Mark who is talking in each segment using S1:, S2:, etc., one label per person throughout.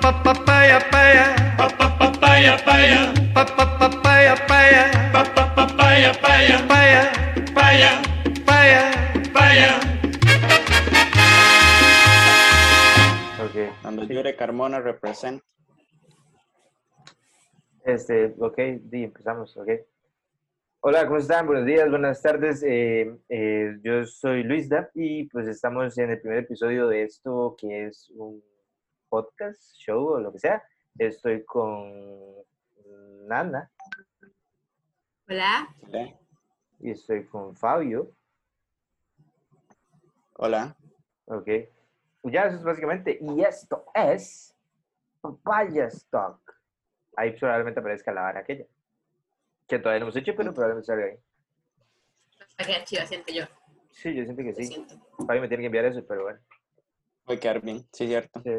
S1: papaya paya,
S2: papaya paya,
S1: papaya paya,
S2: papaya paya,
S1: paya,
S2: paya,
S1: paya.
S2: paya.
S3: Ok,
S4: Cuando Yure Carmona representa.
S3: este, ok, di, empezamos, ok. Hola, ¿cómo están? Buenos días, buenas tardes. eh, eh, yo soy Luisda y pues estamos en el primer episodio de esto que es un podcast, show o lo que sea. Estoy con Nana
S5: Hola,
S4: ¿vale?
S3: y estoy con Fabio.
S4: Hola.
S3: Ok. Ya, eso es básicamente. Y esto es Papaya Stock. Ahí probablemente aparezca la vara aquella. Que todavía no hemos hecho, pero probablemente salga ahí.
S5: va a quedar chiva, siento yo.
S3: Sí, yo siento que
S5: lo
S3: sí.
S5: siento.
S3: Fabio me tiene que enviar eso, pero bueno.
S4: Voy a quedar bien, sí, cierto.
S3: Sí.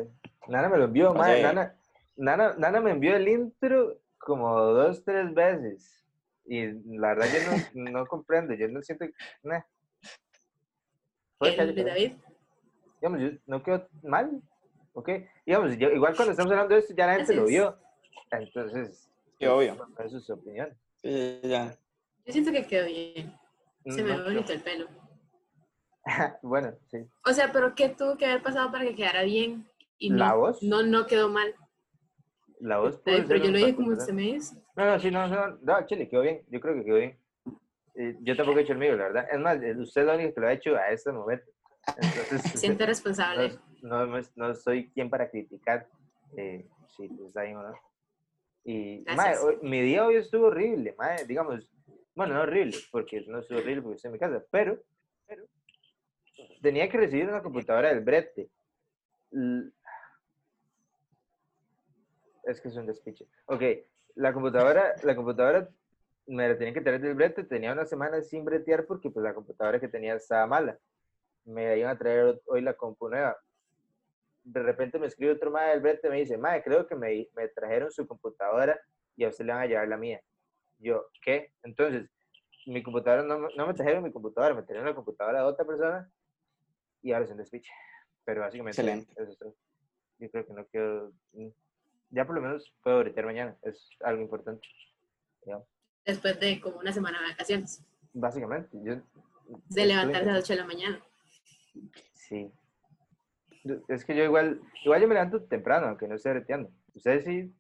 S3: Nana me lo envió,
S4: Oye.
S3: madre. Nana, Nana, Nana me envió el intro como dos, tres veces. Y la verdad yo no, no comprendo. Yo no siento... Nah. Puede
S5: ¿Qué,
S3: que haya-
S5: Luis David?
S3: digamos, yo- no quedó mal, ¿ok? Digamos, yo- igual cuando estamos hablando de esto ya la gente lo
S5: Así es.
S3: vio, entonces,
S4: Sí, obvio.
S3: eso es sus opiniones.
S4: Sí, ya.
S5: Yo siento que quedó bien. Se me
S3: Mm, No,
S5: ve bonito el pelo.
S3: pero- bueno, sí,
S5: O sea, pero ¿qué tuvo que haber pasado para que quedara bien? Y no,
S3: ¿La voz?
S5: No, no quedó mal.
S3: la voz... pudo ser
S5: David, pero yo
S3: un
S5: lo dije
S3: factor,
S5: como este
S3: ¿verdad?
S5: se me dice.
S3: No, no, sí, no, no, no, chile, quedó bien, yo creo que quedó bien. Eh, yo tampoco he hecho el mío, la verdad. Es más, eh, usted es la única que lo ha hecho a este momento. Entonces,
S5: Siento
S3: no,
S5: responsable.
S3: no, no, es- no soy quien para criticar eh, si está bien o no. Y, mae,
S5: Gracias.
S3: hoy- mi día hoy estuvo horrible, mae, digamos, bueno, no horrible, porque no estuvo horrible porque estoy en mi casa, pero, pero tenía que recibir una computadora del brete. L- Es que es un despiche. Ok, la computadora, la computadora me la tenían que traer del brete, tenía una semana sin bretear porque pues la computadora que tenía estaba mala. Me la iban a traer hoy la compu nueva. De repente me escribe otro madre del brete, me dice, madre, creo que me, me trajeron su computadora y a usted le van a llevar la mía. Yo, ¿qué? Entonces, mi computadora, no, me- no me trajeron mi computadora, me trajeron la computadora de otra persona y ahora es un despiche. Pero básicamente,
S4: Excelente.
S3: eso es todo. yo creo que no quiero... mm, Ya por lo menos puedo bretear mañana, es algo importante.
S5: Después de como una semana de vacaciones.
S3: Básicamente, yo.
S5: De
S3: estoy
S5: levantarse a
S3: intentando-
S5: las 8 de la mañana.
S3: Sí. Yo- Es que yo igual, igual yo me levanto temprano, aunque no esté breteando. Ustedes sí,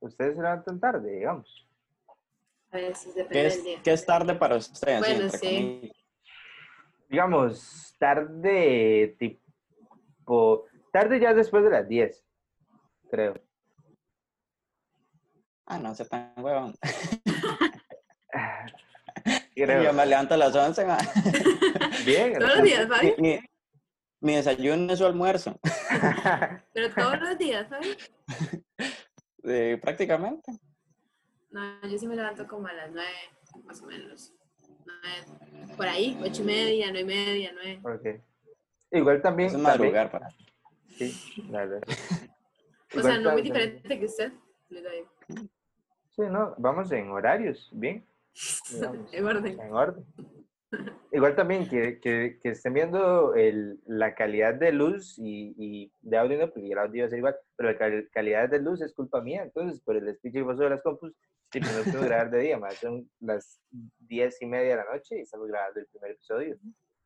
S3: ustedes se levantan tarde, digamos.
S5: A veces
S4: ¿Qué
S5: depende
S4: es,
S5: del día.
S4: qué es tarde para usted? Así,
S5: Bueno,
S4: entre
S5: sí.
S4: comillas.
S3: Digamos, tarde tipo, tarde ya después de las 10, creo.
S4: Ah, no, se tan huevón. Yo
S3: Creo.
S4: me levanto a las 11, ma.
S3: Bien,
S5: Todos los días, Fabi.
S4: Mi, mi- mi desayuno es su almuerzo,
S5: Pero todos los días, Fabi.
S4: eh, prácticamente.
S5: No, yo sí me levanto como a las 9, más o menos. 9, por ahí, 8 y media, 9 y media, 9.
S3: ok. Igual también.
S4: Es
S3: también-
S4: madrugar para.
S3: sí, la verdad.
S5: O
S3: Igual
S5: sea, no muy
S3: también-
S5: diferente que usted. Luis David.
S3: Sí, no, vamos en horarios, bien. digamos.
S5: En orden.
S3: En orden. Igual también que, que, que estén viendo el, la calidad de luz y, y de audio, no, porque el audio iba a ser igual, pero la cal- calidad de luz es culpa mía. Entonces, por el speech que pasó de las compus, sí, pues, no puedo grabar de día, más son las diez y media de la noche y estamos grabando el primer episodio.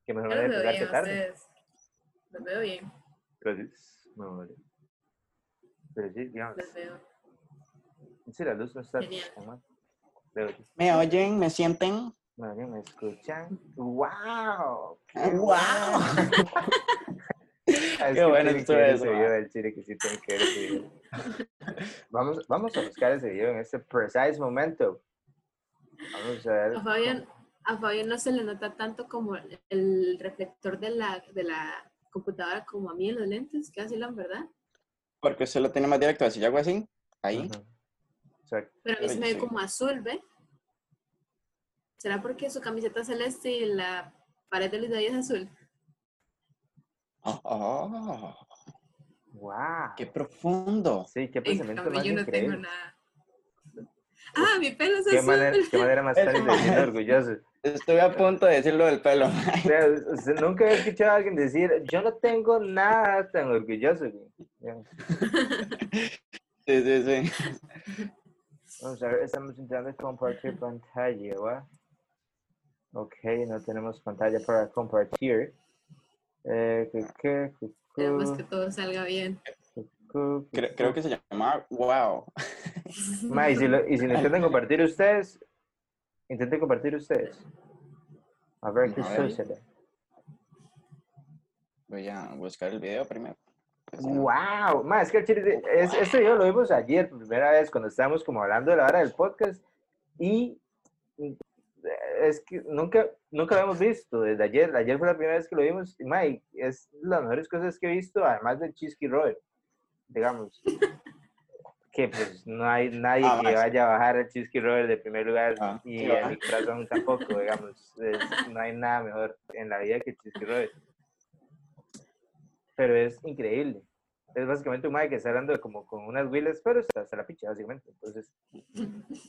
S3: Que mejor
S5: Yo
S3: manera
S5: los
S3: de
S5: veo
S3: empezar
S5: bien,
S3: que tarde.
S5: ustedes. Los veo bien,
S3: Gracias. me vale. Pero sí, digamos,
S5: los veo.
S3: sí, la luz no está tan
S5: Genial.
S3: mal. Pero sí,
S4: Me oyen, me sienten.
S3: bueno, ¿Me escuchan? ¡Wow!
S4: ¡Wow!
S3: Ah,
S4: Qué
S3: es que
S4: bueno
S3: tienen
S4: estuvo
S3: que ver
S4: eso,
S3: ese
S4: ma.
S3: video del Chile, que sí tienen que ver ese video. Vamos, vamos a buscar ese video en este precise momento. Vamos a ver.
S5: A Fabián, a Fabián no se le nota tanto como el reflector de la, de la computadora como a mí en los lentes, que así lo han, ¿verdad?
S4: Porque usted lo tiene más directo, si yo hago así, ahí.
S3: Ujú. Exacto.
S5: Pero a mí se me
S4: Sí.
S5: ve como azul, ¿ve? ¿Será porque su camiseta es celeste y la pared de Luis David es azul?
S4: Oh, oh,
S3: ¡Wow!
S4: ¡Qué profundo!
S3: sí, qué
S5: En
S3: pensamiento
S5: cambio,
S3: más
S5: yo no tengo
S3: increíble.
S5: nada. Ah, mi pelo es
S3: Qué
S5: azul.
S3: manera, qué manera más
S4: Eso,
S3: tarde de
S4: ma.
S3: sentirme orgulloso.
S4: Estuve a punto de decir lo del pelo. mae.
S3: O sea, o sea, nunca he escuchado a alguien decir, yo no tengo nada tan orgulloso. güey".
S4: Sí, sí, sí.
S3: Vamos a ver, estamos intentando compartir pantalla, ¿va? Ok, no tenemos pantalla para compartir. Eh, cu- cu- cu-
S5: Esperemos que
S3: cu-
S5: todo salga bien.
S3: cu-
S4: Creo,
S3: cu-
S4: creo que se llamaba Wow.
S3: Ma, y si lo, y si lo intentan compartir ustedes, intenten compartir ustedes. A ver qué
S4: A ver.
S3: sucede.
S4: Voy a buscar el video primero.
S3: ¡Wow! Ma, es que el chile- es, este video lo vimos ayer por primera vez cuando estábamos como hablando de la hora del podcast y mm, es que nunca, nunca lo hemos visto desde ayer. Ayer fue la primera vez que lo vimos. Y, ma, y es de las mejores cosas que he visto, además del Chisky Roll, digamos. Que pues no hay nadie
S4: Ah,
S3: que
S4: ma,
S3: vaya a bajar el Chisky Roll de primer lugar
S4: Ah,
S3: y
S4: sí, va.
S3: en mi corazón tampoco, digamos. Es- no hay nada mejor en la vida que el Chisky Roll. Pero es increíble. Es básicamente un mae que está hablando como con unas huilas, pero está hasta la picha, básicamente. Entonces,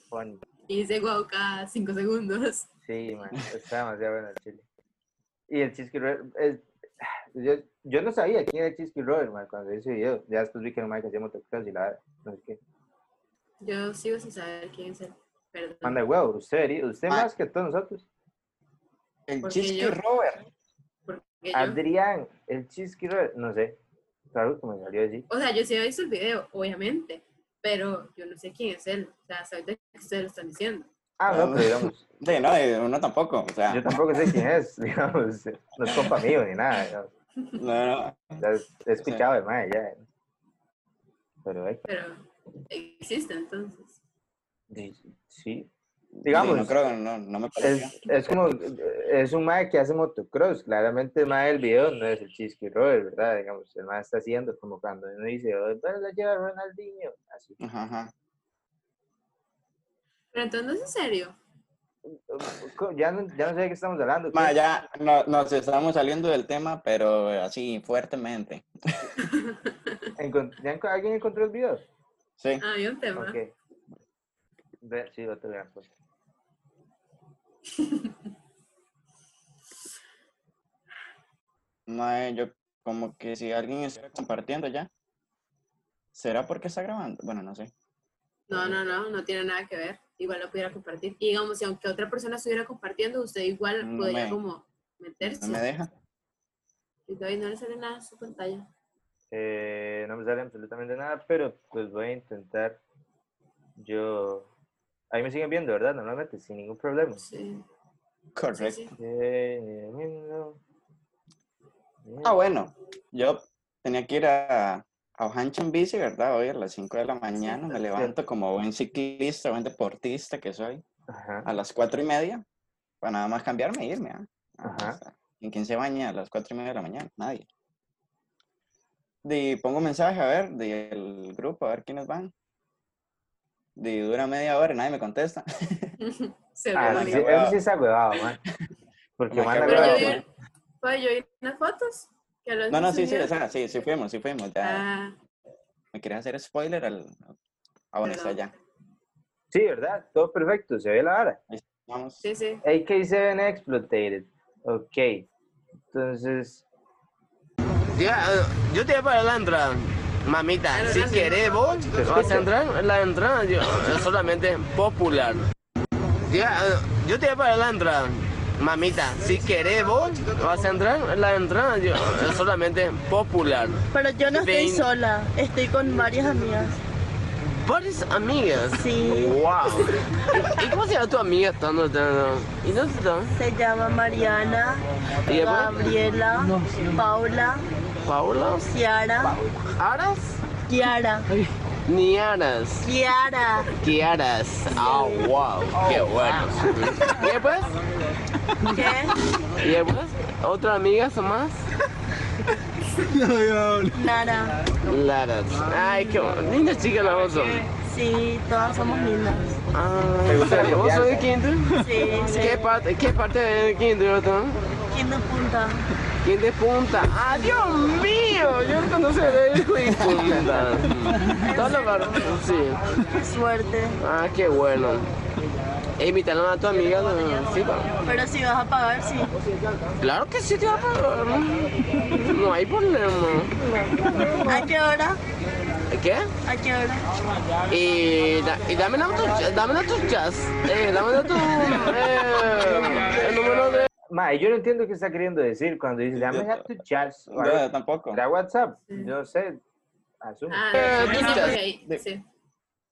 S3: funny.
S5: Y dice guau cada cinco segundos.
S3: Sí, man, está demasiado bueno el chile. Y el Chisky Roll, es- yo, yo no sabía quién era Chisky Roll, man, cuando hice video. Ya después vi que era un mae que hacía motocross y la no sé qué.
S5: Yo sigo sin saber quién es él. Perdón.
S3: Manda huevo, usted, debería- usted
S4: Mae.
S3: más que todos nosotros.
S4: El
S5: Porque
S4: Chisky
S5: yo-
S4: Robert.
S5: porque yo-
S4: Ah,
S3: Adrián, el Chisky Roll, no sé. Claro, como salió así.
S5: o sea, yo sí he visto el video, obviamente, pero yo no sé quién es él. O sea, hasta ahorita que ustedes lo están diciendo.
S3: Ah, no, pero digamos,
S4: Sí, no, eh, uno tampoco. O sea,
S3: yo tampoco sé quién es, digamos, no es compa mío ni nada. digamos.
S4: no, no.
S3: Ya es- he escuchado de mae, ya. Pero eh, hay
S5: Pero existe entonces.
S3: que- sí.
S4: Sí,
S3: Digamos,
S4: no creo, no, no me pareció.
S3: es, es como, es un mae que hace motocross. Claramente el mae del video no es el Chisky Roll, ¿verdad? Digamos, el mae está haciendo como cuando uno dice, oh, bueno, la lleva Ronaldinho. Así.
S4: Ajá, ajá.
S5: Pero entonces no es en serio.
S3: Co- Ya no, ya no sé de qué estamos hablando.
S4: Ma,
S3: ¿qué?
S4: ya no- nos estamos saliendo del tema, pero así fuertemente.
S3: Encon- ya enco- ¿Alguien encontró el video?
S4: Sí.
S5: Ah, había un tema.
S3: Ok. Ve- sí, pues. otro gran cosa.
S4: Mae, yo como que si alguien está compartiendo ya. ¿Será porque está grabando? Bueno, no sé.
S5: No, no, no, no tiene nada que ver. Igual lo pudiera compartir. Y digamos, si aunque otra persona estuviera compartiendo, usted igual
S4: No
S5: podría
S4: me-
S5: como meterse.
S4: No me deja.
S5: Y David no le sale nada a su pantalla.
S3: Eh, no me sale absolutamente nada, pero pues voy a intentar. Yo. Ahí me siguen viendo, ¿verdad? Normalmente, sin ningún problema.
S5: Sí, sí,
S4: Correcto.
S5: sí.
S3: Eh, bueno, eh,
S4: Ah, bueno. Yo tenía que ir a, a Ojancha en bici, ¿verdad? Hoy a las 5 de la mañana. Me levanto como buen ciclista, buen deportista que soy.
S3: Ajá.
S4: A las 4 y media. Para nada más cambiarme e irme. ¿ah? Ah,
S3: Ajá.
S4: o sea, ¿En quién se baña a las 4 y media de la mañana? Nadie. De, pongo mensaje, a ver, del grupo, a ver quiénes van. De, dura media hora y nadie me contesta.
S5: Se ve
S3: Ah,
S4: me
S3: sí,
S5: bonito.
S4: qué
S3: eso sí está huevado, man. Porque
S4: Me qué
S3: manda
S5: Pero
S4: huevado,
S5: yo
S3: huevado.
S5: vi, pues, yo vi unas fotos. Que lo
S4: No, no, sí, sí,
S5: subieron.
S4: o sea, sí, sí fuimos, sí fuimos. Ya.
S5: Ah,
S4: ¿Me querías hacer spoiler? Al... Ah, bueno, está
S5: Perdón.
S4: ya.
S3: Sí, ¿verdad? Todo perfecto, se ve la hora.
S4: Vamos.
S5: sí, sí.
S3: AK7 Exploited. Ok. Entonces,
S6: Diga, eh, yo te voy para la entrada, mamita.
S5: Claro,
S6: Si
S5: gracias.
S6: querés vos, vas a entrar, la entrada yo, es solamente popular. Diga, eh, yo te voy para la entrada, mamita. Si querés vos, vas a entrar, la entrada yo, es solamente popular.
S7: Pero yo no estoy
S6: Vein-
S7: sola, estoy con varias amigas.
S6: Varias amigas.
S7: Sí,
S6: Wow. ¿Y cómo se llama tu amiga estando estando? ¿Y dónde está?
S7: se llama Mariana,
S6: ¿Y después?
S7: Gabriela, Paula,
S6: ¿Paula?
S7: Ciara,
S6: ¿Aras?
S7: Kiara,
S6: Ni Aras.
S7: Kiara.
S6: Kiaras. Oh, wow. Qué bueno. ¿Y después?
S7: ¿Qué?
S6: ¿Y después? ¿Otra amiga o más?
S7: Nara.
S6: Laras. Ay, qué bon- linda chica la vos sos.
S7: Sí, todas somos lindas.
S6: Ah,
S3: Me gusta la
S6: ¿Vos sos de
S3: confianza.
S6: Quinto?
S7: Sí, sí.
S6: ¿Qué parte, qué parte de Quinto yo tengo?
S7: ¿Quién de punta?
S6: ¿Quién de punta? ¡Ah, Dios mío! Yo no sé de hijo de punta. Todo lo bar- Sí.
S7: Qué suerte.
S6: Ah, qué bueno. E invitarla a tu amiga, ¿no? sí, pa.
S7: Pero si vas a pagar, sí.
S6: Claro que sí, te va a pagar. No hay problema.
S7: ¿A qué hora?
S6: ¿Qué?
S7: ¿A qué hora?
S6: Y, da- y dame la tu, dame la tu chas. Eh, dame la tu. Eh, el número de.
S3: Mae, yo no entiendo qué está queriendo decir cuando dice, dame
S4: Yo-
S3: a tu chat. o algo.
S4: No, tampoco.
S3: ¿Era WhatsApp? No sé, asumo,
S5: Ah,
S6: Eh,
S5: no,
S6: tú
S5: sí,
S6: estás-
S5: porque ahí, sí,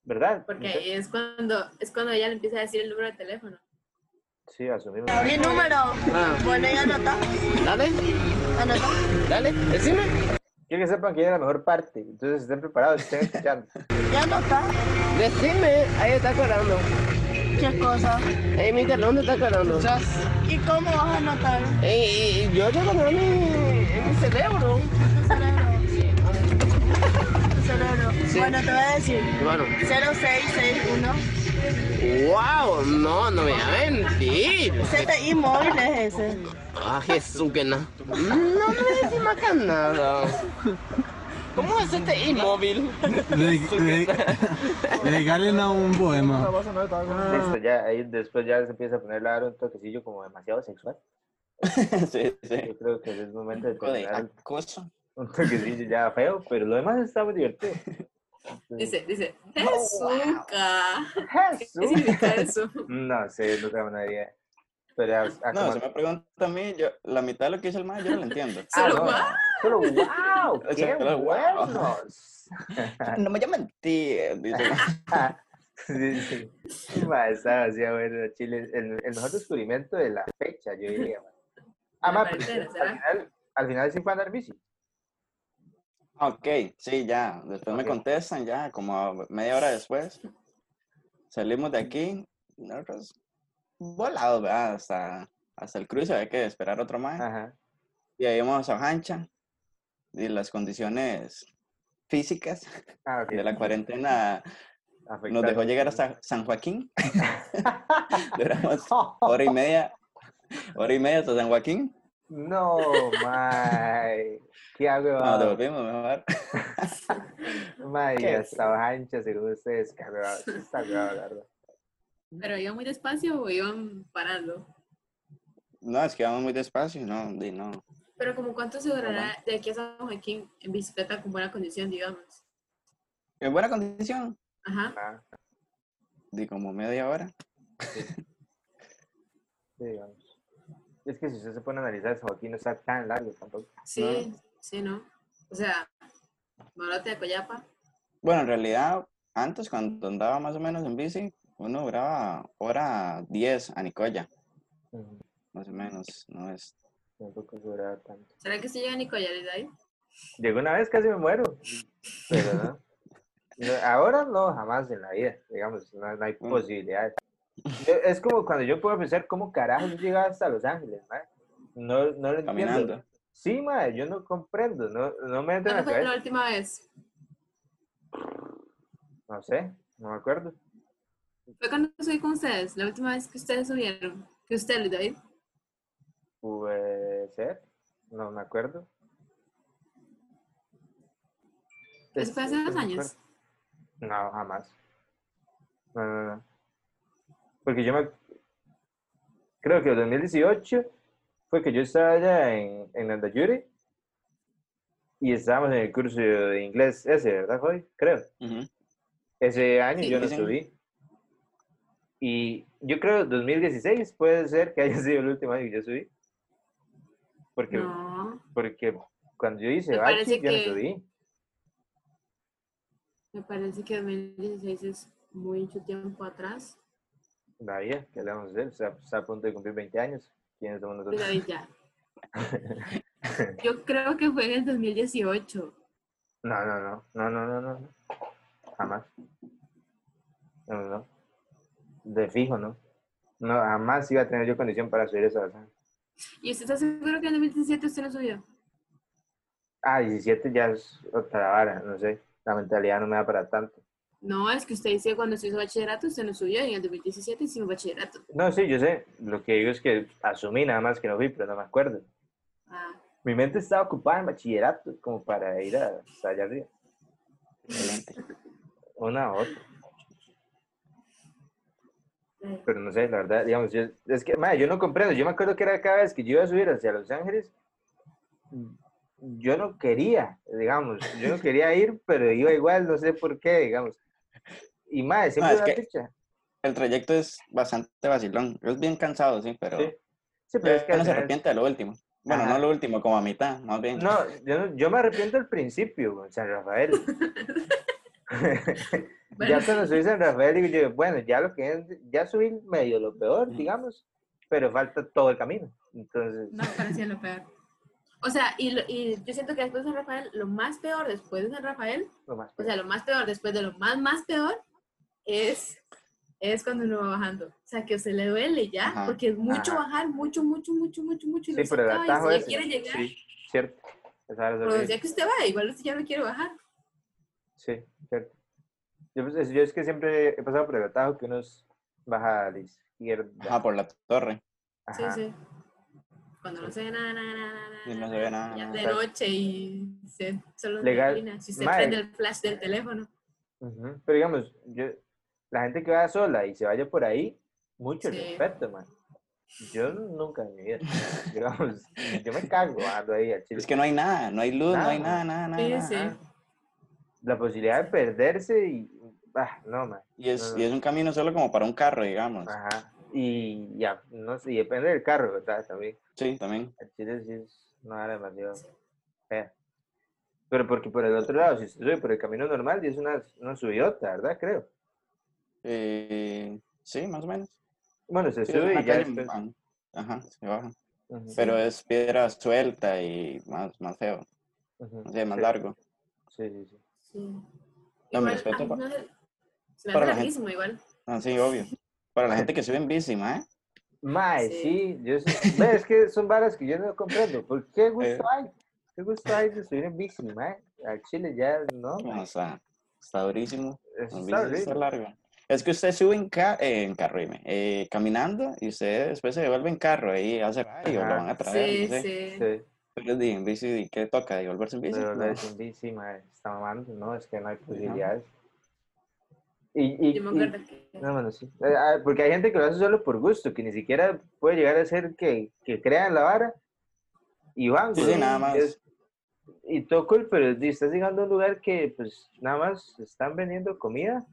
S3: ¿verdad?
S5: porque eh,
S3: No
S5: ahí
S3: sé.
S5: es cuando, es cuando ella le empieza a decir el número de teléfono.
S3: Sí, asumimos.
S7: Mi número.
S6: Ah,
S7: Bueno, y anota.
S6: dale,
S7: Anota.
S6: dale, decime.
S3: Quiero que sepan que ella es la mejor parte, entonces estén preparados, estén escuchando.
S7: Ya anota.
S6: Decime, ahí está aclarando.
S7: ¿Qué cosa?
S6: Eh, mi talón está aclarando.
S7: ¿Y cómo vas a anotar?
S6: Eh, yo tengo mi, en mi cerebro.
S7: Tu cerebro. Tu cerebro.
S6: Sí.
S7: Bueno, te voy a decir.
S6: Bueno,
S7: 0661.
S6: wow, no, no me voy a mentir.
S7: ZI móvil es ese.
S6: Ah, Jesús, que nada. No me decís más que nada. ¿Cómo es este inmóvil?
S8: Ded- ded- Dedicalen a un poema.
S5: Ah.
S3: Listo, ya, ahí después ya se empieza a poner la un toquecillo como demasiado sexual.
S4: sí, sí.
S3: Yo creo que es el momento de
S4: Un poco de
S3: terminar
S4: acoso.
S3: un toquecillo ya feo, pero lo demás está muy divertido.
S5: Dice, dice, Jesuca. ¿Qué
S3: ¡Jesús!
S5: significa eso?
S3: No sé, no tengo una idea. Pero a, a
S4: No,
S3: como-
S4: se me pregunta a mí, yo, la mitad de lo que dice el man, yo no lo entiendo.
S3: Ah,
S5: Solo
S3: no,
S5: guau.
S3: Solo wow,
S4: O
S3: qué
S4: sea, solo guau.
S3: buenos.
S4: Ah, No me llaman tío, dice el man.
S3: Sí, sí. Ma, estaba así, bueno, Chile, el, el mejor descubrimiento de la fecha, yo diría. ma. Ah,
S5: Me
S3: ma,
S5: parece,
S3: pero al
S5: ¿será?
S3: final, al final sí fue a andar bici.
S4: Ok, sí, ya. Después me
S3: Ok.
S4: contestan, ya, como media hora después. Salimos de aquí, nosotros volados, ¿verdad? Hasta, hasta el cruce, había que esperar otro más.
S3: Ajá.
S4: Y ahí vamos a Hancha. Y las condiciones físicas
S3: Ah, ok. Ah,
S4: de la cuarentena nos
S3: Afectado.
S4: dejó llegar hasta San Joaquín. Duramos hora y media, hora y media hasta San Joaquín.
S3: No, mae. ¿Qué hago?
S4: Nos devolvimos mejor.
S3: Mae,
S4: Qué
S3: hasta ancha, según ustedes, qué huevado, sí Está huevado, la verdad.
S5: Pero iban muy despacio o iban parando.
S4: No, es que vamos muy despacio, no, di, no.
S5: Pero como cuánto se durará de aquí a San Joaquín en bicicleta con buena condición, digamos.
S4: En buena condición,
S5: Ajá.
S3: Ah,
S4: di como media hora.
S3: sí, digamos. Es que si usted se pone a analizar, San Joaquín no está tan largo tampoco.
S5: Sí, sí, ¿no? O sea, Morote de Coyapa.
S4: Bueno, en realidad, antes cuando andaba más o menos en bici, uno duraba hora 10 a Nicoya,
S3: Ujú,
S4: más o menos, no es
S3: Tampoco duraba tanto.
S5: ¿Será que se llega a Nicoya desde ahí?
S3: Llegó una vez, casi me muero. Pero no. No, Ahora no, jamás en la vida. Digamos, no, no hay
S4: Mm.
S3: posibilidades. Yo- es como cuando yo puedo pensar cómo carajo yo llegaba hasta Los Ángeles, mae. No, no lo entiendo.
S4: caminando.
S3: Sí, mae, yo no comprendo. No, no me entra en
S5: ¿Cuándo
S3: la
S5: fue la
S3: cabeza.
S5: última vez?
S3: No sé, no me acuerdo.
S5: Fue cuando subí con ustedes, la última vez que ustedes subieron. Que usted, Luis David.
S3: Puede ser, no me acuerdo.
S5: Eso fue hace
S3: Este,
S5: dos
S3: no me
S5: años.
S3: acuerdo. No, jamás. No, no, no. Porque yo me... Creo que el 2018 fue que yo estaba allá en, en Andayuri y estábamos en el curso de inglés ese, ¿verdad, Joy? Creo.
S4: Ujú.
S3: Ese año
S5: Sí.
S3: yo no
S4: Dicen-
S3: subí. Y yo creo 2016 puede ser que haya sido el último año que yo subí. Porque,
S5: No,
S3: porque cuando yo hice
S5: Me
S3: bache,
S5: parece
S3: yo
S5: que-
S3: no subí.
S5: me parece que 2016 es mucho tiempo atrás.
S3: Todavía, ¿qué le vamos a hacer? Está, está a punto de cumplir 20 años. ¿Quiénes somos
S5: Luis
S3: nosotros?
S5: David ya. Yo creo que fue en el 2018.
S3: No, no, no, no, no, no, no. no. Jamás. No, no, no. De fijo, ¿no? No, jamás iba a tener yo condición para subir esa baja.
S5: ¿Y usted está seguro que en 2017 usted no subió?
S3: Ah, 17 ya es otra vara, no sé. La mentalidad no me da para tanto.
S5: No, es que usted dice que cuando se hizo bachillerato usted no subió y en el 2017 hicimos bachillerato.
S3: No, sí, yo sé. Lo que digo es que asumí nada más que no fui, pero no me acuerdo.
S5: Ah,
S3: Mi mente estaba ocupada en bachillerato, como para ir a, hasta allá arriba.
S4: Excelente.
S3: Una u otra.
S5: eh,
S3: Pero no sé, la verdad, digamos, yo- es que, madre, yo no comprendo. Yo me acuerdo que era cada vez que yo iba a subir hacia Los Ángeles, yo no quería, digamos, yo no quería ir, pero iba igual, no sé por qué, digamos. Y madre, siempre
S4: es
S3: una
S4: que-
S3: picha.
S4: El trayecto es bastante vacilón. Es bien cansado, sí, pero
S3: Sí, Sí, pero es que
S4: ya
S3: al
S4: no se
S3: final-
S4: arrepiente de lo último. Bueno,
S3: Ajá.
S4: no lo último, como a mitad, más bien.
S3: No, yo, no- yo me arrepiento al principio, en San Rafael.
S5: Bueno.
S3: ya cuando subí San Rafael, digo yo, bueno, ya lo que es, ya subí medio lo peor, digamos, pero falta todo el camino. Entonces,
S5: No, parecía lo peor. O sea, y, lo- y yo siento que después de San Rafael, lo más peor después de San Rafael,
S3: lo más.
S5: o sea, lo más peor después de lo más, más peor, es, es cuando uno va bajando. O sea, que a usted le duele ya,
S4: Ajá,
S5: porque es mucho
S3: ajá.
S5: bajar, mucho, mucho, mucho, mucho, mucho. y
S3: Sí,
S5: usted
S3: pero el
S5: acaba y
S3: atajo
S5: si
S3: es.
S5: ya quiere llegar,
S3: Sí, cierto. Esa hora es
S5: por donde
S3: horrible.
S5: sea que usted va, igual usted ya no quiere bajar.
S3: Sí, cierto. Yo, pues, es- yo es que siempre he pasado por el atajo que uno es- baja a la izquierda.
S4: Ajá, por la torre.
S5: Sí,
S3: Ajá.
S5: sí. Cuando no se ve nada, nada, nada, nada,
S4: Y no
S5: nada,
S4: se ve nada,
S5: ya
S4: nada.
S5: es de noche y se, solo
S3: Legal.
S5: termina. Si usted
S3: Mae.
S5: prende el flash del teléfono.
S3: Ujú, Pero digamos, yo, la gente que va sola y se vaya por ahí, mucho
S5: Sí.
S3: respeto, man. Yo nunca en mi vida, digamos, yo me cago ando ahí al chile.
S4: Es que no hay nada, no hay luz, no hay
S3: Nada.
S4: nada, nada, nada.
S5: Sí,
S4: nada.
S5: sí.
S3: La posibilidad de perderse y, ah, no, man.
S4: Y, es,
S3: No,
S4: y es un camino solo como para un carro, digamos.
S3: Ajá. Y ya, no sé, y depende del carro, ¿verdad? También.
S4: Sí, también.
S3: Al chile sí es una hora demasiado fea. Pero porque por el otro lado, si usted sube por el camino normal, y es una, una subidota, ¿verdad? Creo.
S4: Eh, sí, más o menos.
S3: Bueno, se
S4: Sí, es
S3: sube
S4: una
S3: y ya
S4: calle,
S3: después-
S4: ah, Ajá, se baja.
S3: Ujú,
S4: Pero es piedra suelta y más, más feo,
S3: ujú,
S4: no sé, más
S3: sí,
S4: largo.
S3: Sí, sí, sí.
S5: Sí.
S4: No,
S5: Igual,
S4: mi respeto
S5: ay,
S4: pa-
S5: no sé, se
S4: para
S5: me hace
S4: la gente.
S5: larguísimo igual.
S4: Ah, sí, obvio. Para la gente que sube en bici, ma, ¿eh?
S3: Mae,
S5: Sí.
S3: sí, yo sí. Ve, es que son varas que yo no comprendo. ¿Por
S4: Eh.
S3: qué gusto hay? ¿Qué gusto hay de subir en bici, mae? Al Chile ya no. mae,
S4: No, está, está durísimo.
S3: eso
S4: En
S3: está
S4: bici está
S3: horrible.
S4: largo. Es que usted sube en, ca- eh, en carro, dime, eh, caminando y usted después se devuelve en carro ahí hace rayo, lo
S3: Ajá.
S4: van a traer.
S5: Sí,
S4: no sé.
S5: sí.
S3: Sí,
S4: Pero di, en bici, di, ¿qué toca? ¿Devolverse en bici?
S3: pero la
S4: No.
S3: de sin bici, mae, está mamando, ¿no? Es que no hay posibilidades. Y, y,
S5: Yo me
S3: y-
S5: acuerdo que.
S3: no, bueno, sí. Eh, ah, Porque hay gente que lo hace solo por gusto, que ni siquiera puede llegar a ser que, que crean la vara y van,
S4: Sí, sí,
S3: güey,
S4: nada
S3: y
S4: más.
S3: es- Y todo cool, pero di, estás llegando a un lugar que, pues, nada más están vendiendo comida.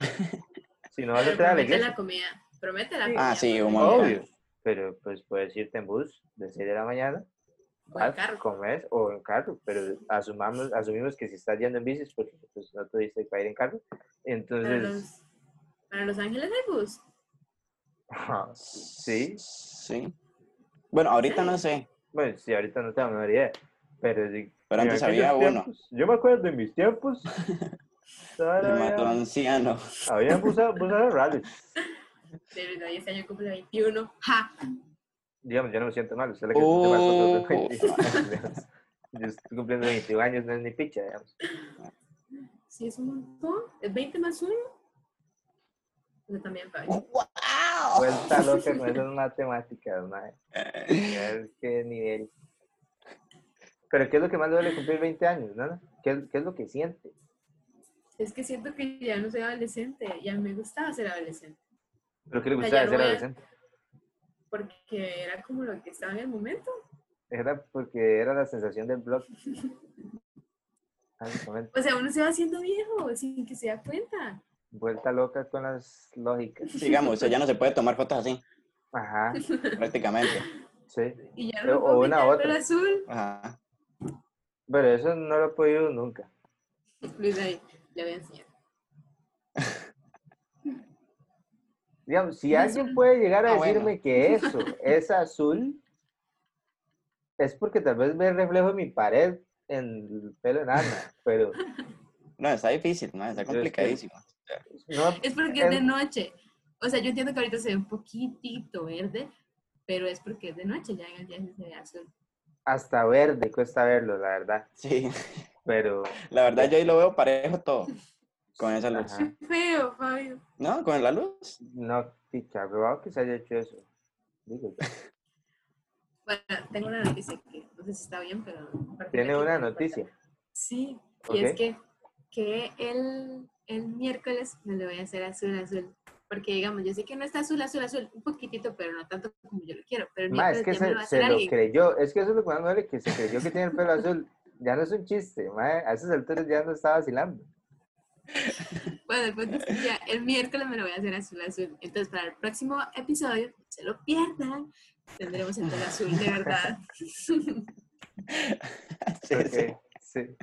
S3: si no vas a
S5: Pero
S3: entrar a la
S5: promete
S3: iglesia.
S5: la comida. Promete la
S3: Sí.
S5: comida. pues,
S4: Ah, sí,
S5: por
S4: un montón.
S3: Obvio. Pero pues puedes irte en bus de 6 de la mañana,
S5: O en
S3: vas,
S5: carro.
S3: comes o en carro, pero asumamos, asumimos que si estás yendo en bici es porque pues, no tuviste para ir en carro.
S5: Para
S3: Entonces,
S5: los, para los Ángeles pues, hay bus.
S3: sí,
S4: Sí. Bueno, ahorita no sé,
S3: bueno, sí, ahorita no tengo la menor idea, pero sí.
S4: pero
S3: en
S4: antes
S3: aquellos
S4: había uno,
S3: tiempos, yo me acuerdo en mis tiempos,
S4: el
S3: ahora había,
S4: matonciano.
S3: había buses, buses rallies.
S5: De verdad, y este año cumple 21. ¡Ja!
S3: Digamos, yo no me siento mal, usted es la que se siente mal
S4: Oh.
S3: con todo el- Yo estoy cumpliendo 21 años, no es ni picha, digamos.
S5: Sí, es un montón. ¿Es 20 más 1? Yo también, Pablo.
S4: ¡Wow!
S3: Vuelta Pues loca con esas matemáticas, mae. Ver qué nivel. Pero ¿qué es lo que más le duele cumplir 20 años, no? ¿Qué, es- qué es lo que siente?
S5: Es que siento que ya no soy adolescente. Ya me gustaba ser adolescente.
S3: Lo que le
S5: O sea,
S3: gustaba
S5: ya no
S3: ser
S5: voy a-
S3: adolescente.
S5: Porque era como lo que estaba en el momento.
S3: Era porque era la sensación del blog. Básicamente,
S5: O sea, uno se va haciendo viejo sin que se da cuenta.
S3: Vuelta loca con las lógicas.
S4: Digamos, usted ya no se puede tomar fotos así,
S3: Ajá,
S4: prácticamente.
S3: sí.
S5: Y ya no me
S3: O
S5: puedo
S3: una
S5: pintar el
S3: otra.
S5: pelo azul.
S4: Ajá.
S3: Pero eso no lo he podido nunca.
S5: Luis ahí, le voy a enseñar.
S3: Digamos, si
S5: No sé.
S3: alguien puede llegar a
S4: Ah, bueno.
S3: decirme que eso es azul, es porque tal vez ve el reflejo de mi pared en el pelo de Ana, pero
S4: No, está difícil, ma, está
S3: Yo estoy-
S4: complicadísimo.
S3: no,
S5: Es porque es de
S3: Em-
S5: noche. O sea, yo entiendo que ahorita se ve un poquitito verde, pero es porque es de noche, ya en el día sí se ve azul.
S3: hasta verde cuesta verlo, la verdad.
S4: Sí,
S3: Pero,
S4: la verdad yo ahí lo veo parejo todo, con esa luz.
S3: ajá,
S5: Feo, Fabio.
S4: ¿No? ¿Con la luz?
S3: no, picha, probado que se haya hecho eso. Digo,
S5: Bueno, tengo una noticia que no sé si está bien, pero...
S3: tiene una
S5: no importa.
S3: noticia.
S5: Sí, y
S3: Ok.
S5: es que, que el, el miércoles me lo voy a hacer azul, azul. Porque, digamos, yo sé que no está azul, azul, azul, un poquitito, pero no tanto como yo lo quiero. Pero
S3: Ma,
S5: mientras
S3: es que
S5: ya
S3: se,
S5: me lo va a
S3: se
S5: hacer
S3: lo
S5: alguien.
S3: creyó, es que eso es lo que más me duele, que se creyó que tiene el pelo azul. Ya no es un chiste, ma, a esas alturas ya no está vacilando.
S5: Bueno, el punto es que ya el miércoles me lo voy a hacer azul, azul. Entonces, para el próximo episodio, no se lo pierdan, tendremos el pelo azul, de verdad.
S4: Sí, sí.
S3: Ok, sí.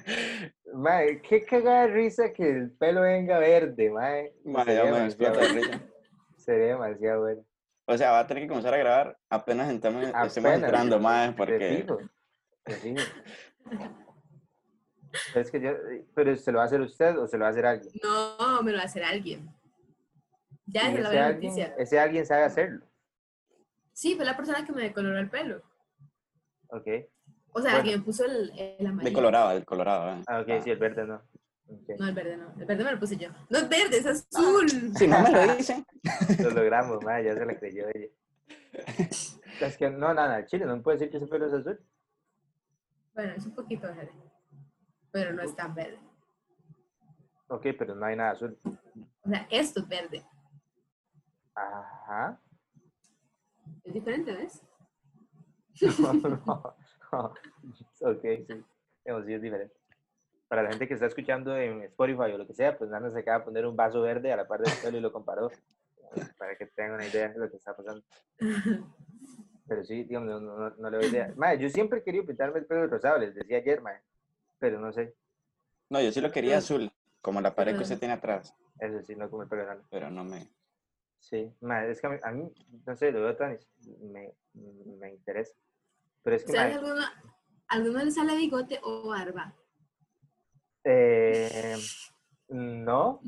S3: Ma, qué cagada de risa que el pelo venga verde, ma.
S4: Ma, ya
S3: Sería
S4: me
S3: demasiado,
S4: explota de risa.
S3: sería demasiado bueno.
S4: O sea, va a tener que comenzar a grabar apenas estamos, estemos
S3: Apenas,
S4: entrando, más
S3: de
S4: porque...
S3: fijo, de fijo. Pero es que yo, pero se lo va a hacer usted o se lo va a hacer alguien.
S5: No, me lo va a hacer alguien. Ya,
S3: Y
S5: se
S3: ese,
S5: la buena
S3: alguien
S5: noticia.
S3: ese alguien sabe hacerlo,
S5: Sí, fue la persona que me decoloró el pelo.
S3: ¿ok?
S5: O sea,
S3: Bueno.
S5: que me puso el, el amarillo.
S4: De Colorado, de Colorado. eh.
S3: Ah, ok, sí, el verde no. Ok,
S5: No, el verde no. El verde me lo puse yo. No, el verde, es azul.
S4: Si no me lo dicen,
S3: Lo logramos, ma, ya se la creyó ella. Es que no, nada, Chile, no puede decir que ese pelo es azul.
S5: Bueno, es un poquito verde. Pero no es tan verde.
S3: Ok, pero no hay nada azul.
S5: O sea, esto es verde.
S3: Ajá.
S5: Es diferente, ¿ves?
S3: No, no. Ok, sí. Hemos sido diferente. Para la gente que está escuchando en Spotify o lo que sea, pues Nana se acaba de poner un vaso verde a la par del pelo y lo comparó. eh, Para que tengan una idea de lo que está pasando. Pero sí, digamos, no, no, no- no le doy idea. Mae, yo siempre he querido pintarme el pelo rosado, les decía ayer, mae, pero no sé.
S4: no, yo sí lo
S3: Ah.
S4: quería azul, como la pared que usted tiene atrás,
S3: Eso sí, no como el pelo de Nana.
S4: pero no me...
S3: Sí, ma, es que a mí, a mí, no sé, lo veo tan, es- me, me interesa. Pero es que, ma,
S5: ¿Ustedes alguno, alguno le sale bigote o barba?
S3: eh, no,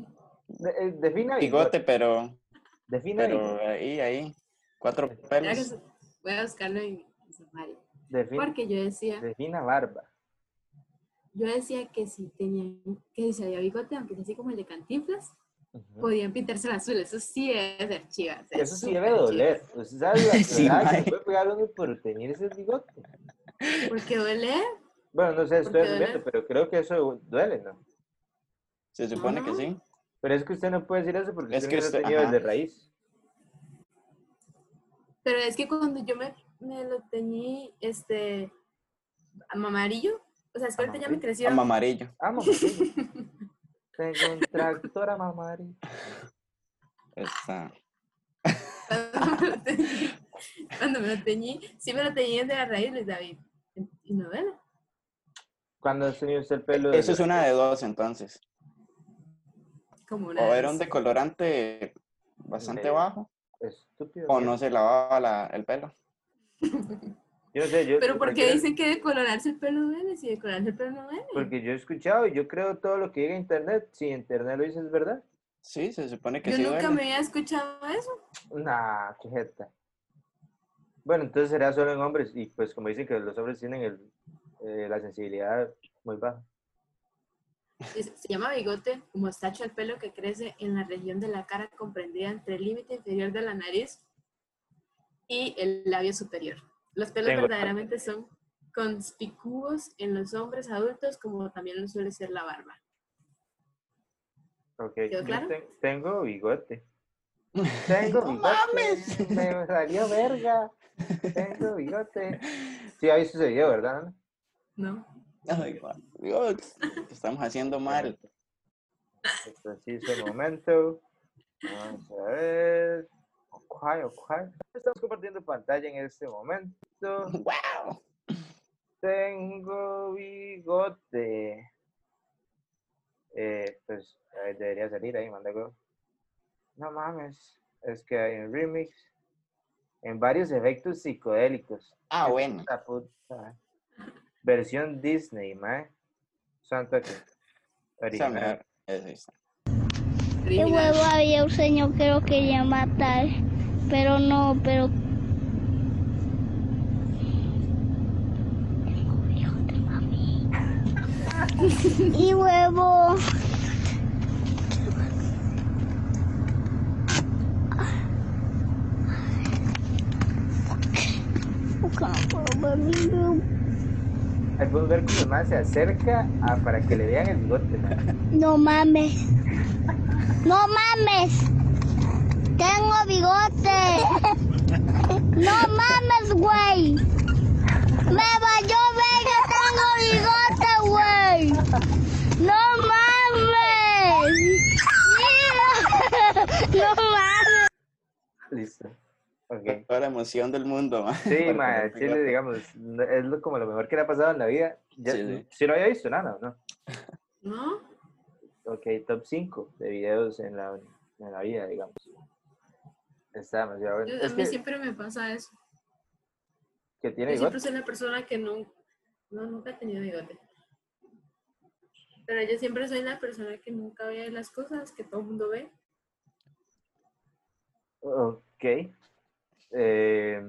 S3: de, eh, defina
S4: Bigote, pero...
S3: defina
S4: Pero
S3: bigote,
S4: ahí, ahí, cuatro
S5: Mira que
S4: pelos.
S5: su- Voy a buscarlo en en Safari.
S3: defina,
S5: Porque yo decía,
S3: defina barba.
S5: yo decía que si tenían, que si se había bigote, aunque sea así como el de Cantinflas,
S3: Ujú.
S5: podían pintarse el azul. Eso sí debe ser chivas.
S3: Eso sí
S5: súper
S3: debe
S5: chivas.
S3: doler. Usted sabe la
S4: Sí,
S3: cagada que
S4: mae.
S3: se puede pegar uno por tener ese bigote.
S5: Porque duele.
S3: Bueno, no sé, estoy
S5: Porque duele.
S3: asumiendo, pero creo que eso duele, ¿no?
S4: Se supone que
S5: Ajá.
S4: sí.
S3: Pero es que usted no puede decir eso porque
S4: Es
S3: usted
S4: que
S3: no lo
S4: usted-
S3: ha tenido
S4: ajá.
S3: desde raíz.
S5: Pero es que cuando yo me, me lo teñí, este, amarillo, o sea, es que ahorita ya me
S3: Amarillo.
S5: creció.
S4: Ama amarillo.
S3: Vamos, sí. Ah, Tengo un tractor a mamar.
S4: Está.
S5: Cuando me lo teñí, cuando me lo teñí, sí me lo teñí desde la raíz, Luis David. Y no duele.
S3: ¿Cuándo ha tenido usted el pelo?
S4: Eso
S3: desde
S4: es una de dos, entonces.
S5: Como una.
S4: O era
S5: vez.
S4: un decolorante bastante
S3: Ok.
S4: bajo,
S3: Estúpido.
S4: o
S3: que-
S4: no se lavaba la- el pelo.
S3: Yo no sé, yo.
S5: Pero ¿por
S3: porque-
S5: qué dicen que decolorarse el pelo duele? Si decolorarse el pelo no duele.
S3: Porque yo he escuchado y yo creo todo lo que llega a internet. Si internet lo dice, es verdad.
S4: Sí, se supone que
S5: Yo
S4: sí
S5: nunca
S4: duele.
S5: me había escuchado eso.
S3: Nah, qué jeta. Bueno, entonces será solo en hombres. Y pues, como dicen que los hombres tienen el, eh, la sensibilidad muy baja.
S5: Dice, Se llama bigote, como estacho al pelo que crece en la región de la cara comprendida entre el límite inferior de la nariz y el labio superior. Los pelos
S3: Tengo-
S5: verdaderamente son conspicuos en los hombres adultos, como también lo suele ser la barba.
S3: Ok.
S5: ¿Quedó
S3: yo
S5: claro?
S3: ten- tengo bigote. Tengo bigote. Me salió verga. Tengo bigote. Sí, ha visto ese video, ¿verdad? Ana?
S5: ¿No?
S4: Ay, Dios, estamos haciendo mal.
S3: Este preciso momento. Vamos a ver. Ocuay, ocuay. Estamos compartiendo pantalla en este momento.
S4: ¡Wow!
S3: Tengo bigote. Eh, pues eh, debería salir ahí, mandago. No mames. Es que hay un remix. En varios efectos psicodélicos.
S4: Ah, bueno.
S3: La puta. eh. Versión Disney, mae. Santo
S4: O
S3: que.
S4: sea, eh,
S3: Original.
S4: mejor. Eso está.
S9: De
S5: Original.
S9: huevo había un señor que lo quería matar, pero no, pero... Y huevo.
S3: Ahí puedo ver cómo el mae se acerca a- para que le vean el bigote, mae.
S9: No mames. No mames. Tengo bigote. No mames, güey. Me valió ver que tengo bigote, güey. No mames. Mira. No mames.
S3: Listo. Ok.
S4: Toda la emoción del mundo, ma.
S3: Sí,
S4: Para
S3: ma,
S4: poner
S3: al chile,
S4: bigote.
S3: digamos, no- es lo- como lo mejor que le ha pasado en la vida. Ya,
S4: Sí, sí.
S3: Si no había visto nada, ¿no?
S5: ¿No?
S3: Ok, top 5 de videos en la, en la vida, digamos. Está demasiado bueno.
S5: Yo- a
S3: Es
S5: mí
S3: que,
S5: siempre me pasa eso.
S3: que tiene
S5: Yo siempre
S3: bigote.
S5: soy una persona que no, no, nunca he tenido bigote. Pero yo siempre soy la persona que nunca ve las cosas que todo el mundo ve.
S3: Ok. Eh,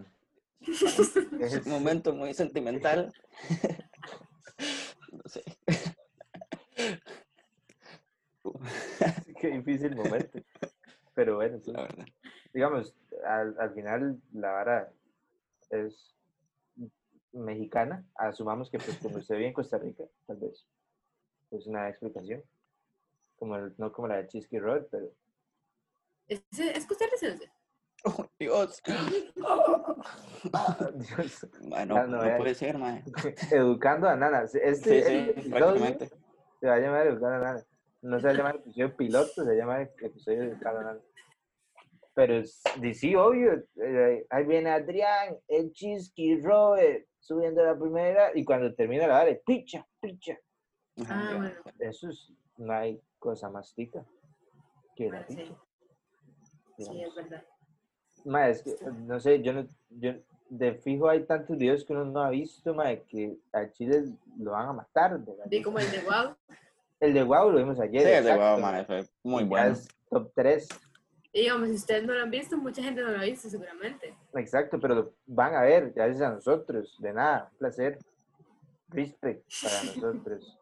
S4: Es un momento muy sentimental. no sé.
S3: qué difícil momento. Pero bueno, sí.
S4: La verdad.
S3: digamos, al, al final la vara es mexicana, asumamos que pues como se vive en Costa Rica, tal vez es una explicación, como el- no como la de Chisky Road, pero
S5: Es, es costarricense.
S4: Oh, Dios.
S3: ah, Dios,
S4: Ma, no,
S3: Ah, no,
S4: no
S3: eh.
S4: puede ser, ma.
S3: educando a nanas, este,
S4: Sí,
S3: este
S4: sí,
S3: episodio
S4: prácticamente.
S3: se va a llamar educando a nanas, no se va a llamar episodio piloto, se va a llamar episodio educando a nanas. Pero es- di- sí, obvio, eh, ahí viene Adrián, el Chisky Robert, subiendo la primera, y cuando termina la vara, picha, picha.
S5: Ah,
S4: Ajá.
S5: bueno.
S3: Eso es, no hay cosa más tica que la
S5: bueno, ah, sí,
S3: picha,
S5: sí, es
S3: digamos.
S5: verdad.
S3: Ma, es que, no sé, yo no, yo, de fijo hay tantos videos que uno no ha visto, ma, que a Chile lo van a matar. de la
S5: Vi
S3: risa.
S5: como el de wow.
S3: El de Guau lo vimos ayer.
S4: Sí, el de
S3: exacto,
S4: Guau,
S3: ma,
S4: ma, fue muy
S3: ya
S4: bueno.
S3: es top 3,
S5: Y digamos, si ustedes no lo han visto, mucha gente no lo ha visto seguramente.
S3: exacto, pero lo van a ver, gracias a nosotros, de nada, un placer. Respect para nosotros.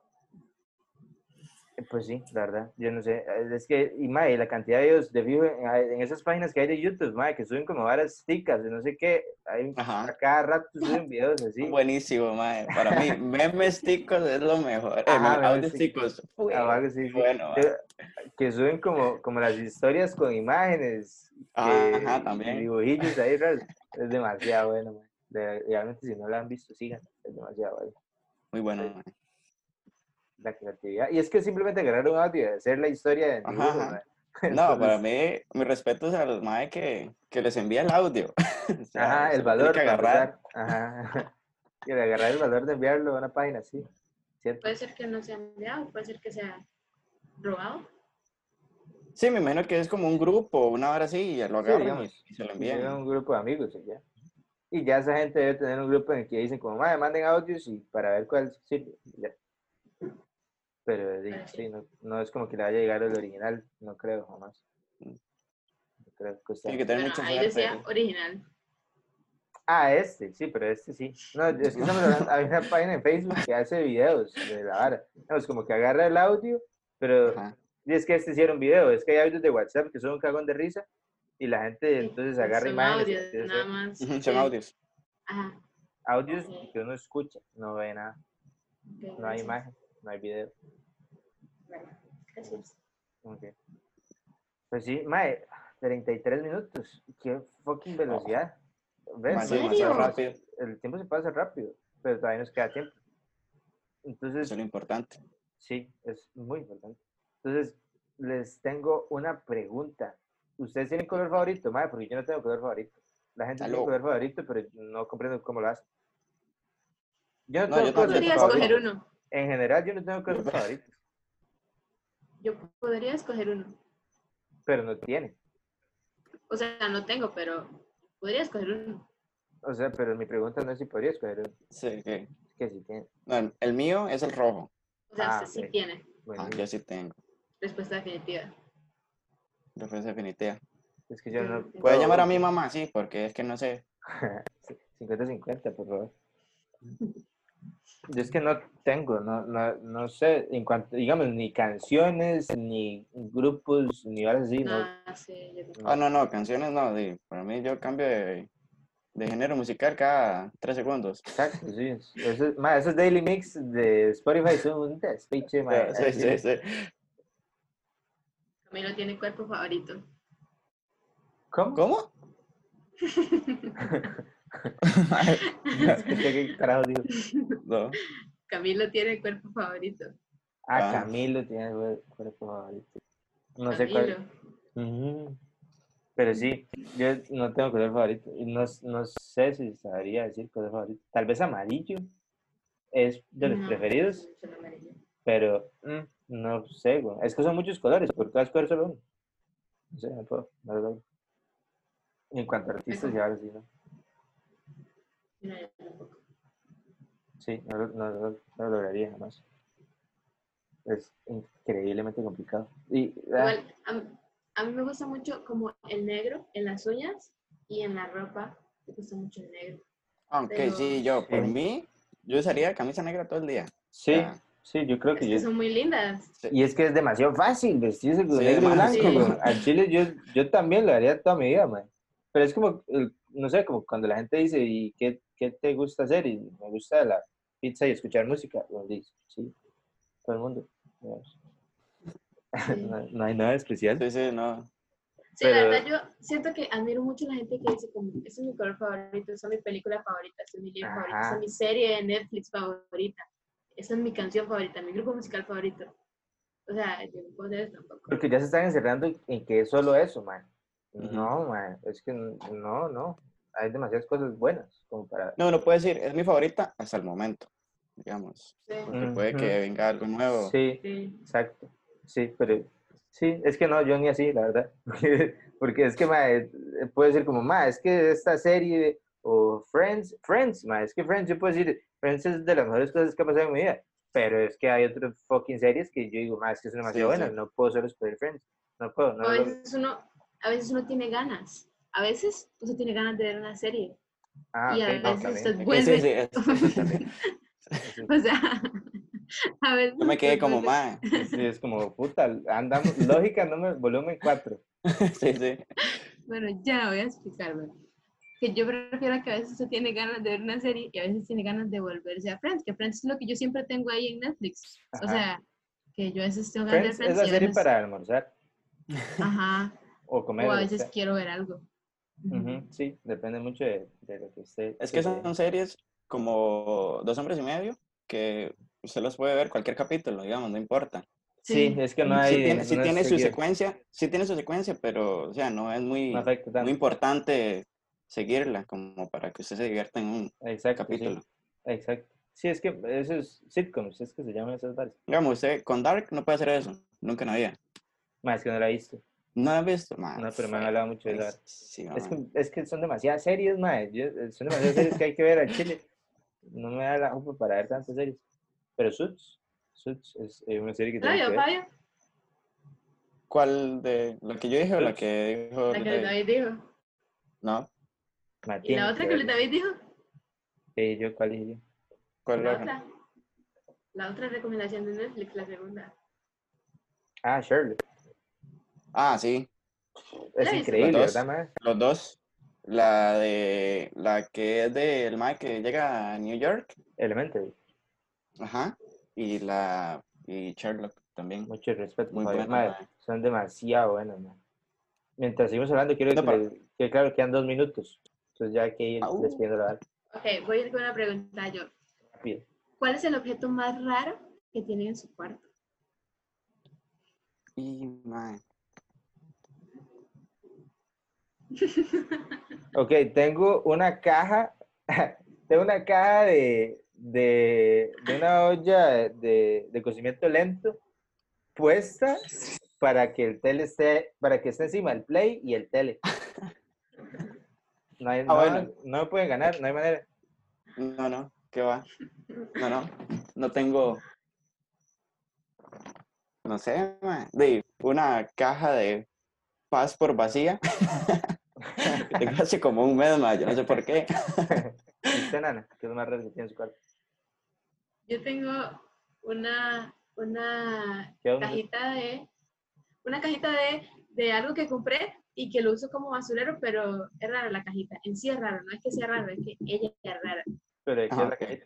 S3: Eh, Pues sí, la verdad, yo no sé, eh, es que, y mae, la cantidad de videos de vivo en, ah, en esas páginas que hay de YouTube, mae, que suben como varas ticas, de no sé qué, hay,
S4: Ajá.
S3: a cada rato suben videos así,
S4: Buenísimo, mae. Para mí, memes ticos es lo mejor. Eh,
S3: Ajá,
S4: meme- audios
S3: memes ticos.
S4: ticos.
S3: o algo así, sí,
S4: bueno,
S3: que, que suben como, como las historias con imágenes,
S4: Ah,
S3: que-
S4: ajá,
S3: y
S4: también.
S3: dibujillos ahí, raros. es demasiado bueno, mae. De- realmente si no lo han visto, sigan, es demasiado bueno.
S4: Muy bueno, mae.
S3: la creatividad. Y es que simplemente agarrar un audio y hacer la historia de
S4: Ajá,
S3: dibujos,
S4: ajá.
S3: mae.
S4: No, para
S3: Entonces,
S4: mí, mis respetos al mae que, que les envía el audio. O sea,
S3: Ajá,
S4: se
S3: el
S4: lo tiene
S3: valor
S4: que
S3: para
S4: agarrar.
S3: empezar. Ajá. Y de agarrar el valor de enviarlo a una página así. ¿Cierto?
S5: Puede ser que no sea enviado, puede ser que sea robado.
S4: Sí, me imagino que es como un grupo, una hora así, y lo
S3: Sí,
S4: agarran
S3: digamos,
S4: y se lo
S3: Tienen
S4: envían.
S3: un grupo de amigos y ya. Y ya esa gente debe tener un grupo en el que dicen como, madre, manden audios y para ver cuál sirve. y ya. Pero eh, di-
S5: Ah, sí.
S3: sí, no, no es como que le vaya a llegar el original, no creo jamás.
S4: Mm.
S3: No creo que sea-
S4: Tiene que tener
S5: Bueno,
S4: mucha
S5: ahí
S4: suerte.
S5: decía original.
S3: Ah, este, sí, pero este sí. No, es que estamos hablando, hay una página en Facebook que hace videos de la vara. No, es como que agarra el audio, pero
S4: Ajá.
S3: y es que este hicieron video, es que hay audios de WhatsApp que son un cagón de risa y la gente entonces agarra
S5: pues, Son
S3: imágenes. ¿eh? y
S5: audios,
S3: empieza a
S5: nada
S3: hacer
S5: más.
S4: Ujú,
S5: Sí.
S4: Son audios.
S5: Ajá.
S3: Audios
S5: Ok.
S3: que uno escucha, no ve nada,
S5: ok,
S3: no hay
S5: gracias.
S3: imagen, no hay video.
S5: Bueno, gracias.
S3: ok. Pues sí, mae, 33 minutos, qué fucking velocidad. ¿Ves?
S4: Mae,
S5: ¿En
S4: demasiado
S5: serio?
S4: rápido, eso
S3: El tiempo se pasa rápido, pero todavía nos queda tiempo. Entonces,
S4: es lo importante.
S3: Sí, es muy importante. Entonces, les tengo una pregunta. ¿Ustedes tienen color favorito? Madre, porque yo no tengo color favorito. La gente tiene
S4: Aló.
S3: color favorito, pero no comprendo cómo lo hacen. Yo
S4: No,
S3: no, tengo
S4: yo
S3: color
S5: Yo
S4: tampoco.
S5: podría
S4: Pablo.
S5: escoger
S3: favorito.
S5: uno.
S3: En general, yo no tengo color
S4: Yo-
S3: favorito,
S5: Yo podría escoger uno.
S3: pero no tiene.
S5: O sea, no tengo, pero podría escoger uno.
S3: O sea, pero mi pregunta no es si podría escoger uno,
S4: Sí, que-
S3: es que si tiene.
S4: no, el mío es el rojo.
S5: O sea,
S3: Ah,
S5: usted sí
S3: ok.
S5: tiene
S3: Bueno,
S4: Ah, yo sí tengo.
S5: respuesta definitiva.
S4: Respuesta definitiva.
S3: es que yo no.
S5: Puede
S4: Puedes
S3: puedo-
S4: llamar a mi mamá, sí, porque es que no sé.
S3: 50-50, por favor. Yo es que no tengo, no, no, no sé, en cuanto, digamos, ni canciones, ni grupos, ni horas así, no.
S5: Ah, sí, yo también.
S4: Ah, no, no, canciones no. sí, Para mí yo cambio de, de género musical cada tres segundos.
S3: Exacto, sí. es- Eso, es- ma, esos daily mix de Spotify son un despiche, ma,
S4: Ah, Sí,
S3: así.
S4: sí, sí.
S5: Camilo tiene cuerpo favorito.
S3: ¿Cómo?
S4: ¿Cómo? Ay,
S3: Escuché que carajo dijo.
S4: no.
S5: Camilo tiene el cuerpo favorito.
S3: Ah,
S4: Ah.
S3: Camilo tiene el cuerpo favorito. No sé cuál.
S5: Camilo.
S3: Ujú. Pero sí, yo no tengo color favorito. y No, s- no sé si sabría decir color favorito. Tal vez amarillo es de los
S5: No,
S3: preferidos,
S5: mucho el amarillo.
S3: pero mm, no sé. güey. Es que son muchos colores, ¿por qué vas a escoger solo uno? No sé, no puedo. No lo logro. En cuanto a artistas, ya ahora sí, ¿no?
S5: No, yo tampoco.
S3: Sí, no, lo- no lo- no lo lograría jamás. Es increíblemente complicado. Y, ah,
S5: Igual, a, m- a mí me gusta mucho como el negro en las uñas y en la ropa. Me gusta mucho el negro.
S4: Aunque
S5: Pero-
S4: sí, yo, por
S3: Sí.
S4: mí, yo usaría camisa negra todo el día.
S3: sí,
S4: Ah.
S3: sí, yo creo
S5: Es
S3: que
S5: que
S3: yo.
S5: son muy lindas.
S3: Y es que es demasiado fácil vestirse con
S4: Sí,
S3: negro y
S4: demasiado.
S3: blanco.
S5: Sí.
S3: güey. Al chile yo, yo también lo haría toda mi vida, man. Pero es como, el- no sé, como cuando la gente dice, ¿y qué, qué te gusta hacer? Y me gusta la pizza y escuchar música. Lo dice, sí, todo el mundo. digamos.
S5: Sí.
S3: No, no hay nada especial.
S4: Sí, sí, no.
S5: Sí, la
S3: Pero-
S5: verdad yo siento que admiro mucho a la gente que dice como, ese es mi color favorito, esa es mi película favorita, ese es mi libro favorito, esa
S3: Ajá.
S5: es mi serie de Netflix favorita, esa es mi canción favorita, mi grupo musical favorito. O sea, yo no puedo hacer eso tampoco.
S3: Porque ya se están encerrando en- en que es solo eso, man.
S4: Ujú.
S3: No, man, es que n- no, no. Hay demasiadas cosas buenas como para...
S4: No, no puedo decir, es mi favorita hasta el momento, digamos.
S5: Sí,
S3: Mm.
S4: Porque puede que
S3: Ujú.
S4: venga algo nuevo.
S3: Sí,
S5: sí.
S3: Exacto. Sí, pero sí, es que no, yo ni así, la verdad. Porque, porque es que, ma, eh, puedo decir como, ma, es que esta serie o Friends, Friends, ma, es que Friends, yo puedo decir, Friends es de las mejores cosas que ha pasado en mi vida, pero es que hay otras fucking series que yo digo, ma, es que son demasiado
S4: Sí,
S3: buenas,
S4: sí.
S3: no puedo solo escoger Friends, no puedo, no
S5: a,
S3: lo-
S5: veces uno, a veces uno tiene ganas, a veces uno tiene ganas de ver una serie
S3: Ah,
S5: y a
S3: ok,
S5: veces
S3: no, también,
S5: usted
S4: Es
S3: ok,
S4: que
S5: vuelve.
S4: sí, sí, es- es- también.
S3: sí,
S5: O sea, a veces...
S4: Yo me quedé
S5: usted
S4: como,
S5: vuelve-
S4: mae.
S3: sí, es como, puta, andamos, lógica, no me, volumen 4.
S4: Sí, sí.
S5: Bueno, ya voy a explicarme. Que yo prefiero que a veces usted tiene ganas de ver una serie y a veces tiene ganas de volverse a Friends, que Friends es lo que yo siempre tengo ahí en Netflix.
S3: Ajá.
S5: O sea, que yo a veces tengo ganas de ver
S3: Friends es
S5: Friends.
S3: la
S5: y a
S3: serie
S5: veces-
S3: para almorzar
S5: Ajá.
S3: o comer.
S5: O a
S3: lo que
S5: veces
S3: sea.
S5: quiero ver algo.
S3: Ujú, Sí, depende mucho de, de lo que usted...
S4: Es que
S3: desee.
S4: son series como Dos hombres y medio que usted los puede ver cualquier capítulo, digamos, no importa.
S3: Sí,
S5: Sí.
S3: es que no
S4: Sí
S3: hay.
S4: tiene, sí
S3: no es
S4: tiene su
S3: seguido,
S4: secuencia, sí tiene su secuencia, pero, o sea, no es muy,
S3: No afecta
S4: muy
S3: tanto.
S4: importante seguirla como para que usted se divierta en un
S3: Exacto. sí,
S4: capítulo.
S3: exacto. Sí, es que eso es sitcoms, es que se llaman esas varias.
S4: Digamos, usted con Dark no puede hacer eso, nunca en la vida.
S3: Más que no la he visto.
S4: ¿No la has visto? Mae,
S3: No, pero me han
S4: fue-
S3: hablado mucho de Dark.
S4: Ah, Sí,
S3: Es
S4: mae.
S3: que, es que son demasiadas series, madre. yo- eh, son demasiadas series que hay que ver al chile. No me da la jupa para ver tantas series. Pero Suits, Suits es eh, una serie que
S5: ¿La
S3: tengo
S5: vio,
S3: que ver.
S5: Fabio?
S4: ¿Cuál de la que yo dije o la
S3: Ups.
S4: que dijo
S5: La que
S4: David?
S5: Luis David dijo.
S4: No,
S3: Ma,
S5: ¿Y la
S3: tienen
S5: otra que Luis
S3: verla.
S5: David dijo?
S3: Sí, yo cuál dije yo.
S4: ¿cuál
S5: La
S4: otra?
S5: otra. La otra recomendación de Netflix, la segunda.
S3: Ah, Sherlock.
S4: Ah, sí,
S3: Es
S5: viste?
S3: increíble,
S4: Las dos.
S3: ¿verdad, madre?
S4: Los dos. La de la que es del Mike que llega a New York.
S3: Elementary.
S4: Ajá. Y la y Sherlock también.
S3: Mucho respeto,
S4: Muy
S3: Fabián,
S4: buena,
S3: madre,
S4: madre.
S3: Son demasiado buenas, madre. Mientras seguimos hablando, quiero
S4: No,
S3: que,
S4: pero-
S3: le- que claro, quedan dos minutos. Entonces ya hay que ir
S4: Au.
S3: despidiendo la hora
S5: Ok, voy a ir con una pregunta yo.
S3: rápido.
S5: ¿Cuál es el objeto más raro que tienen en su cuarto?
S4: Y mae,
S3: Ok, tengo una caja, tengo una caja de, de, de una olla de, de cocimiento lento puesta para que el tele esté, para que esté encima el play y el tele. No, hay- no,
S4: Ah, bueno.
S3: no me pueden ganar, no hay manera.
S4: No, no, ¿qué va? No, no. No tengo. No sé, mae, De una caja de paz por vacía. Tengo hace como un mes, mae, Yo no sé por qué.
S3: ¿Y usted, Nana, que es lo más raro que tiene en su cuarto.
S5: Yo tengo una, una
S3: ¿Qué onda?
S5: cajita de una cajita de, de algo que compré y que lo uso como basurero, pero es raro la cajita. En sí es raro, no es que sea raro, es que ella es rara.
S3: Pero ¿de qué
S4: Ah,
S3: es la
S4: ok.
S3: cajita?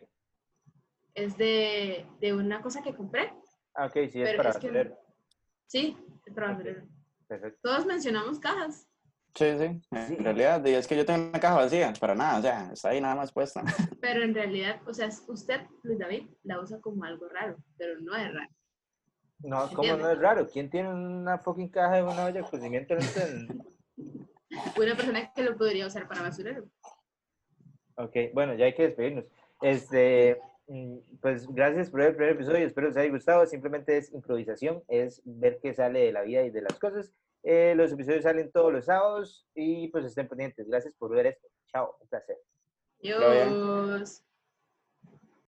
S5: Es de, de una cosa que compré,
S3: Ah, ok, sí, es
S5: pero
S3: para
S5: es que
S3: basurero.
S5: sí, es para basurero.
S3: Perfecto.
S5: Todos mencionamos cajas.
S4: Sí, sí. En realidad, di, es que yo tengo una caja vacía, para nada, o sea, está ahí nada más puesta.
S5: Pero en realidad, o sea, usted, Luis David, la usa como algo raro, pero no es raro.
S3: No, como no es raro. ¿Quién tiene una fucking caja de una olla de cocimiento? en-
S5: Una persona que lo podría usar para basurero.
S3: Ok, bueno, ya hay que despedirnos. Este, mm, pues gracias por ver el primer episodio. Espero les haya gustado. Simplemente es improvisación, es ver qué sale de la vida y de las cosas. Eh, los episodios salen todos los sábados y pues estén pendientes. Gracias por ver esto. Chao, un placer.
S4: bien.
S5: Dios.